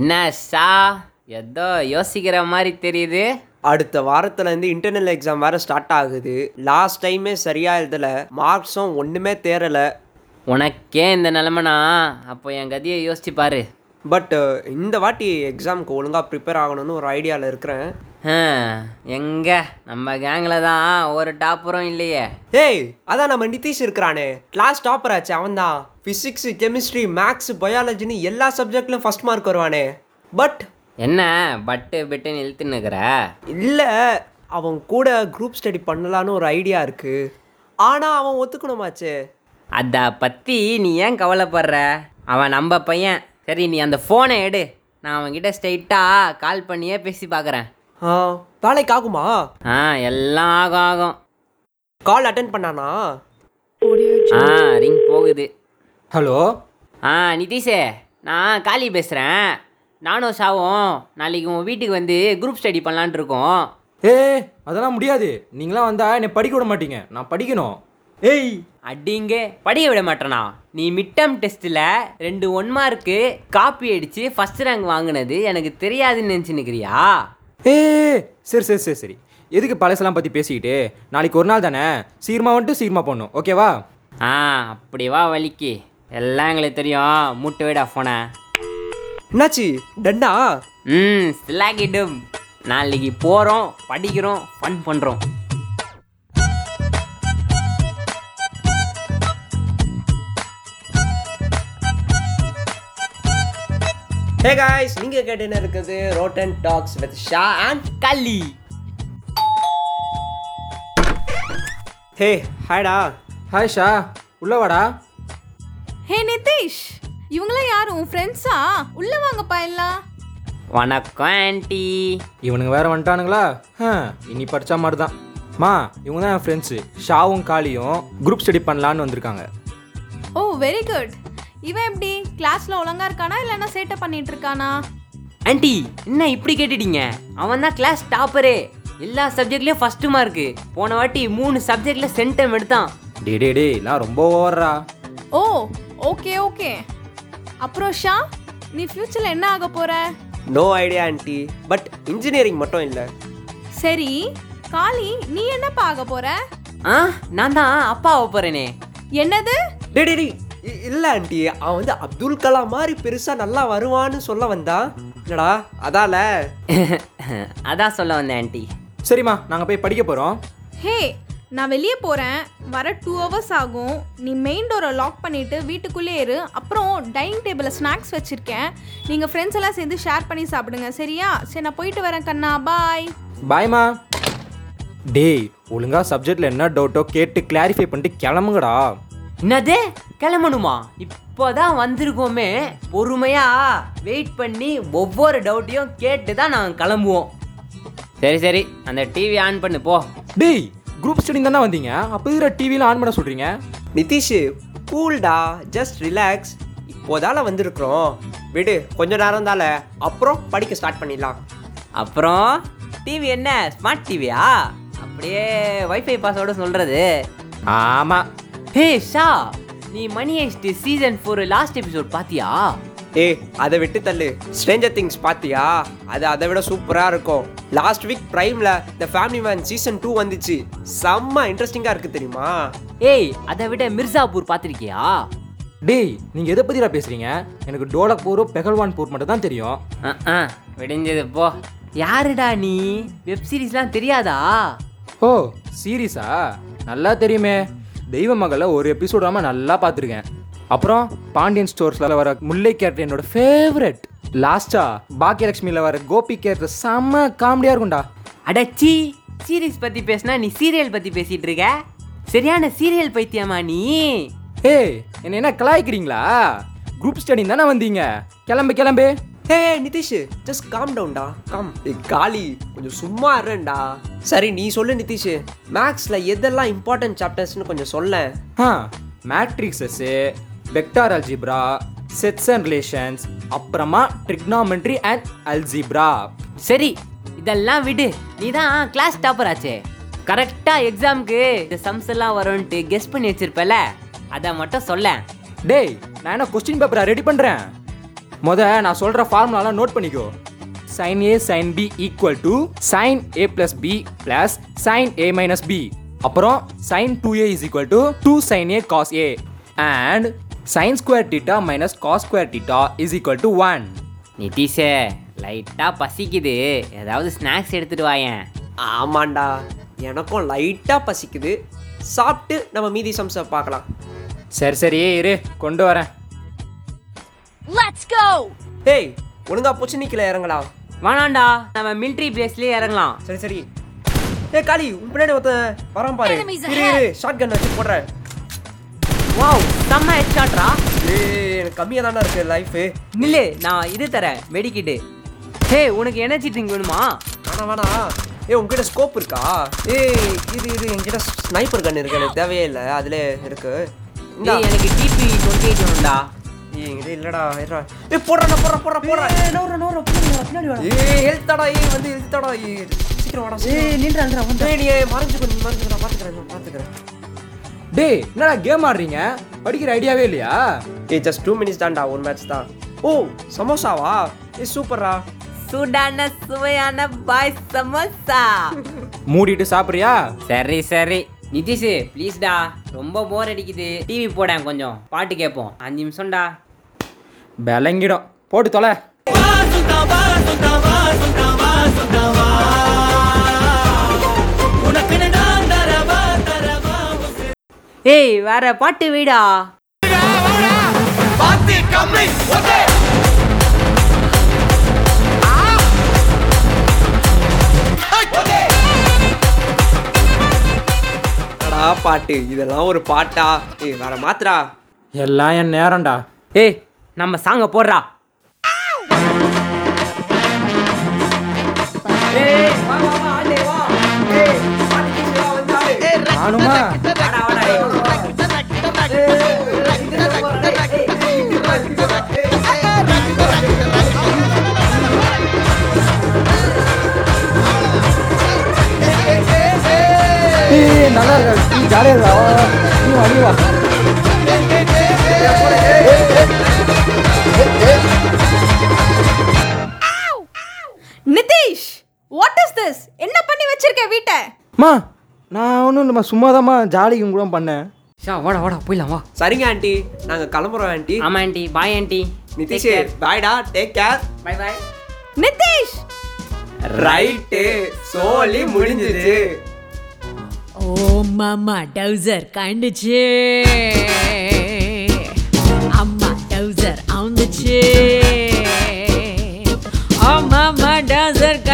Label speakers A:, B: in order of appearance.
A: என்ன சா ஏதோ யோசிக்கிற மாதிரி தெரியுது
B: அடுத்த வாரத்துலேருந்து இன்டர்னல் எக்ஸாம் வேறு ஸ்டார்ட் ஆகுது லாஸ்ட் டைமே சரியாக எழுதலை மார்க்ஸும் ஒன்றுமே தேரலை
A: உனக்கே இந்த நிலமனா அப்போ என் கதியை யோசிச்சு பாரு
B: பட் uh, இந்த வாட்டி எக்ஸாமுக்கு ஒழுங்காக ப்ரிப்பேர் ஆகணும்னு ஒரு ஐடியாவில் இருக்கிறேன்
A: ஹம், எங்க நம்ம கேங்கில் தான் ஒரு டாப்பரும் இல்லையே
B: ஏய் அதான் நம்ம நிதிஷ் இருக்கிறானே கிளாஸ் டாப்பர் ஆச்சு அவன்தான் ஃபிசிக்ஸு கெமிஸ்ட்ரி மேக்ஸ் பயாலஜின்னு எல்லா சப்ஜெக்ட்லையும் ஃபஸ்ட் மார்க் வருவானே பட்
A: என்ன பட்டு பிட்டுன்னு இழுத்துன்னு இருக்கிற
B: இல்லை அவன் கூட குரூப் ஸ்டடி பண்ணலான்னு ஒரு ஐடியா இருக்குது ஆனால் அவன் ஒத்துக்கணுமாச்சே
A: அதை பற்றி நீ ஏன் கவலைப்படுற அவன் நம்ம பையன் சரி நீ அந்த ஃபோனை எடு நான் அவன்கிட்ட ஸ்ட்ரைட்டாக கால் பண்ணியே பேசி பார்க்குறேன்
B: ஆ வேலைக்கு ஆகுமா
A: ஆ எல்லாம் ஆகும் ஆகும்
B: கால் அட்டன் பண்ணானா
A: ஆ ரிங் போகுது
B: ஹலோ
A: ஆ நிதிஷே நான் காளி பேசுகிறேன் நானும் ஷாவும் நாளைக்கு உன் வீட்டுக்கு வந்து குரூப் ஸ்டடி பண்ணலான்னு இருக்கோம்
C: ஏ அதெல்லாம் முடியாது நீங்களாம் வந்தா என்னை படிக்க விட மாட்டீங்க நான் படிக்கணும் ஏய்
A: அடிங்க படிக்க விட மாட்டேனா நீ மிட்டம் டெஸ்ட்டில் ரெண்டு ஒன் மார்க்கு காப்பி அடித்து ஃபஸ்ட் ரேங்க் வாங்கினது எனக்கு தெரியாதுன்னு நினச்சின்னுக்கிறியா
C: ஏ சரி சரி சரி சரி எதுக்கு பழசெல்லாம் பற்றி பேசிக்கிட்டு நாளைக்கு ஒரு நாள் தானே சீர்மா வந்துட்டு சீர்மா போடணும் ஓகேவா
A: ஆ அப்படி வா வலிக்கு எல்லாம் எங்களுக்கு தெரியும் முட்டு விட ஃபோனை
B: என்னாச்சு டன்னா
A: ம் சிலாக்கிட்டும் நாளைக்கு போகிறோம் படிக்கிறோம் ஃபன் பண்ணுறோம்
B: ஹே காய்ஸ் நீங்கள் கேட்டுன்னு இருக்குது rotten talks with Sha and
A: Kali
B: hey ஹாய்டா
C: hi Shah உள்ள வாடா
D: ஹே நிதிஷ் இவங்களாம் யார் உன் ஃப்ரெண்ட்ஸா உள்ள வாங்கப்பா எல்லாம்
A: வணக்கம் ஆண்டி
C: இவனுங்க வேற வந்துட்டானுங்களா ஆ, இனி படிச்சா மாதிரி தான் மா இவங்க தான் என் ஃப்ரெண்ட்ஸு ஷாவும் காளியும் குரூப் ஸ்டடி பண்ணலான்னு வந்திருக்காங்க
D: ஓ வெரி குட் இவன் எப்படி கிளாஸ்ல ஒழுங்கா இருக்கானா இல்லைன்னா சேட்டை பண்ணிட்டு இருக்கானா
A: ஆண்டி என்ன இப்படி கேட்டுட்டீங்க அவன் தான் கிளாஸ் டாப்பரு எல்லா சப்ஜெக்ட்லேயும் ஃபஸ்ட்டு மார்க்கு போன வாட்டி மூணு சப்ஜெக்டில் சென்டம் எடுத்தான்
C: டே டே டே நான் ரொம்ப ஓவர்றா
D: ஓ ஓகே ஓகே அப்புறம் ஷா நீ ஃப்யூச்சர்ல என்ன ஆக போற
B: no idea aunty but engineering மட்டும் இல்லை
D: சரி காளி நீ என்னப்பா ஆக போற
A: ஆ நான் தான் அப்பா போகிறேனே
D: என்னது
B: டே டே இல்லை ஆண்டி அவன் வந்து அப்துல் கலாம் மாதிரி பெருசாக நல்லா வருவான்னு சொல்ல வந்தான் என்னடா அதால
A: அதான் சொல்ல வந்தேன் ஆண்டி
C: சரிம்மா நாங்கள் போய் படிக்க போகிறோம்
D: ஹே நான் வெளியே போகிறேன் வர டூ ஹவர்ஸ் ஆகும் நீ மெயின் டோரை லாக் பண்ணிவிட்டு வீட்டுக்குள்ளே இரு அப்புறம் டைனிங் டேபிளில் ஸ்நாக்ஸ் வச்சுருக்கேன் நீங்கள் ஃப்ரெண்ட்ஸ் எல்லாம் சேர்ந்து ஷேர் பண்ணி சாப்பிடுங்க சரியா சரி நான் போயிட்டு வரேன் கண்ணா பாய்
C: பாய்மா டேய் ஒழுங்கா சப்ஜெக்ட்ல என்ன டவுட்டோ கேட்டு கிளாரிஃபை பண்ணிட்டு கிளம்புங்கடா
A: என்னது கிளம்பணுமா இப்போதான் வந்திருக்கோமே பொறுமையா வெயிட் பண்ணி ஒவ்வொரு டவுட்டையும் கேட்டு தான் நாங்கள் கிளம்புவோம் சரி சரி அந்த டிவி ஆன் பண்ணு போ
C: டேய் குரூப் ஸ்டடி தானே வந்தீங்க அப்போ இதில் டிவியில் ஆன் பண்ண சொல்கிறீங்க
B: நிதிஷ் கூல்டா ஜஸ்ட் ரிலாக்ஸ் இப்போதால வந்திருக்கிறோம் விடு கொஞ்ச நேரம் தால அப்புறம் படிக்க ஸ்டார்ட் பண்ணிடலாம்
A: அப்புறம் டிவி என்ன ஸ்மார்ட் டிவியா அப்படியே வைஃபை பாஸ்வேர்டு சொல்கிறது
C: ஆமாம்
A: ஹே ஷா நீ money heist season four last episode பாத்தியா
B: ஏ அதை விட்டு தள்ளு ஸ்ட்ரேஞ்சர் திங்ஸ் பார்த்தியா அது அதை விட சூப்பராக இருக்கும் லாஸ்ட் வீக் ப்ரைமில் the family man season two வந்துச்சு செம்ம இன்ட்ரெஸ்டிங்காக இருக்குது தெரியுமா
A: ஏய் அதை விட மிர்சாபூர் பார்த்துருக்கியா
C: டேய் நீங்கள் எதை பற்றிடா பேசுகிறீங்க எனக்கு டோலக்பூரும் பெகல்வான்பூர் மட்டும் தான் தெரியும்
A: விடிஞ்சது போ யாருடா நீ வெப் சீரிஸ்லாம் தெரியாதா
C: ஓ சீரியஸா நல்லா தெரியுமே தெய்வ மகளில் ஒரு எபிசோடாம நல்லா பார்த்துருக்கேன் அப்புறம் பாண்டியன் ஸ்டோர்ஸில் வர முல்லை கேரக்டர் என்னோட ஃபேவரட் லாஸ்டா பாக்கியலட்சுமியில் வர கோபி கேரக்டர் செம்ம காமெடியாக இருக்கும்டா
A: அடச்சி சீரிஸ் பத்தி பேசினா நீ சீரியல் பத்தி பேசிட்டு இருக்க சரியான சீரியல் பைத்தியமா நீ
C: ஏய் என்ன என்ன கலாய்க்கிறீங்களா குரூப் ஸ்டடி தானே வந்தீங்க கிளம்பு கிளம்பு
B: ஹே நிதிஷ் ஜஸ்ட் காம் டவுன்டா காம் காலி கொஞ்சம் சும்மா இருடா சரி நீ சொல்லு நிதிஷ் மேக்ஸில் எதெல்லாம் இம்பார்ட்டன்ட் சாப்டர்ஸ்னு கொஞ்சம் சொல்ல
C: ஆ matrices vector algebra sets and relations அப்புறமா ட்ரிக்னாமெண்ட்ரி அண்ட் அல்ஜிப்ரா
A: சரி இதெல்லாம் விடு நீ தான் கிளாஸ் டாப்பர் ஆச்சே கரெக்டா எக்ஸாம்க்கு இந்த சம்ஸ் எல்லாம் வரும்ன்ட்டு கெஸ் பண்ணி வச்சிருப்பல அதை மட்டும் சொல்லேன்
C: டேய் நான் என்ன கொஸ்டின் பேப்பரை ரெடி பண்ணுறேன் முத நான் சொல்கிற ஃபார்முலாலாம் நோட் பண்ணிக்கோ sign A sign B equal to sign A plus B plus sign A minus B அப்புறம் sign two A is equal to two sign A cos A and sign square theta minus cos square theta is equal to one
A: நிதிஷே லைட்டாக பசிக்குது ஏதாவது snacks எடுத்துகிட்டு வாயேன்
B: ஆமாண்டா எனக்கும் லைட்டாக பசிக்குது சாப்பிட்டு நம்ம மீதி சம்சை பார்க்கலாம்
C: சரி சரி இரு கொண்டு வரேன்
E: Let's go!
B: ஏய் ஒழுங்கா போச்சு நிற்கல இறங்கலாம்
A: வேணாண்டா நம்ம மிலிட்ரி பிளேஸ்லேயே இறங்கலாம்
B: சரி சரி ஏய் காளி உன் பின்னாடி ஒருத்தன் வரான் பாரு
E: Enemies
B: இரு
E: ahead.
B: இரு ஷார்ட் கன் வச்சு போடுறேன்
A: வாவ் செம்ம ஹெட்ஷாட்ரா
B: ஏய் எனக்கு கம்மியாக தானே இருக்கு லைஃபு
A: நில்லு நான் இது தரேன் மெடிக்கிட்டு ஹே உனக்கு எனர்ஜி ட்ரிங்க் வேணுமா
B: வேணாம் வேணாம் ஏய் உங்ககிட்ட ஸ்கோப் இருக்கா ஏய் இது இது என்கிட்ட ஸ்னைப்பர் கன் இருக்கு எனக்கு தேவையே இல்லை அதில் இருக்கு இந்தா.
A: ஏய் எனக்கு டிபி டுவெண்ட்டி எயிட் வேணும்டா
B: ஏய் என்கிட்ட இல்லடா இருடா ஏய் போடுறா நான் போடுறா போடுறா போடுறா ஏய் நோற நோற ஏய் ஹெல்த்தாடா ஏய் வந்து ஹெல்த்தாடா ஏய் சீக்கிரம் வாடா ஏய் நின்றா நின்றா வந்து ஏய் நீ மறைஞ்சுக்கோ நீ மறைஞ்சுக்கோ நான் பாத்துக்கறேன் நான் பாத்துக்கறேன்
C: டேய் என்னடா கேம் ஆடுறீங்க படிக்கிற ஐடியாவே இல்லையா
B: ஏய் ஜஸ்ட் டூ மினிட்ஸ் தான்டா ஒரு மேட்ச் தான் ஓ சமோசாவா ஏய் சூப்பர்ரா
A: சூடான சுவையான பாய் சமோசா
C: மூடிட்டு சாப்பிட்றியா
A: சரி சரி நிதிஷு ப்ளீஸ்டா ரொம்ப போர் அடிக்குது டிவி போடேன் கொஞ்சம் பாட்டு கேட்போம் அஞ்சு நிமிஷம்டா
C: விளங்கிடும் போட்டு தொலை
A: ஏய் வேற பாட்டு வீடா
B: அடா பாட்டு இதெல்லாம் ஒரு பாட்டா ஏய் வேற மாத்திரா
C: எல்லாம் என் நேரம்டா
A: ஏய் நம்ம சாங்க போடுறா
C: நானுமா ஏய், நல்லா இருக்கா ஜாலியா இருக்கா வா, வா, வா. நீ வா, நீ வா
D: நிதிஷ் வாட் இஸ் திஸ் என்ன பண்ணி வச்சிருக்க வீட்டை
C: அம்மா நான் ஒன்றும் இல்லைம்மா சும்மாதாம்மா ஜாலிக்கும் கூட பண்ணேன்
A: ஷா வாடா வாடா போயிடலாம் வா
B: சரிங்க ஆண்டி நாங்க கிளம்புறோம் ஆண்டி
A: ஆமா ஆண்டி பாய் ஆண்டி
B: நிதிஷ் பாய்டா take care
A: bye bye
D: Nitish
B: right சோலி முடிஞ்சுது
E: Oh, mama, dowser, kind of chill. Amma, dowser, on the chill. Oh, mama, dowser,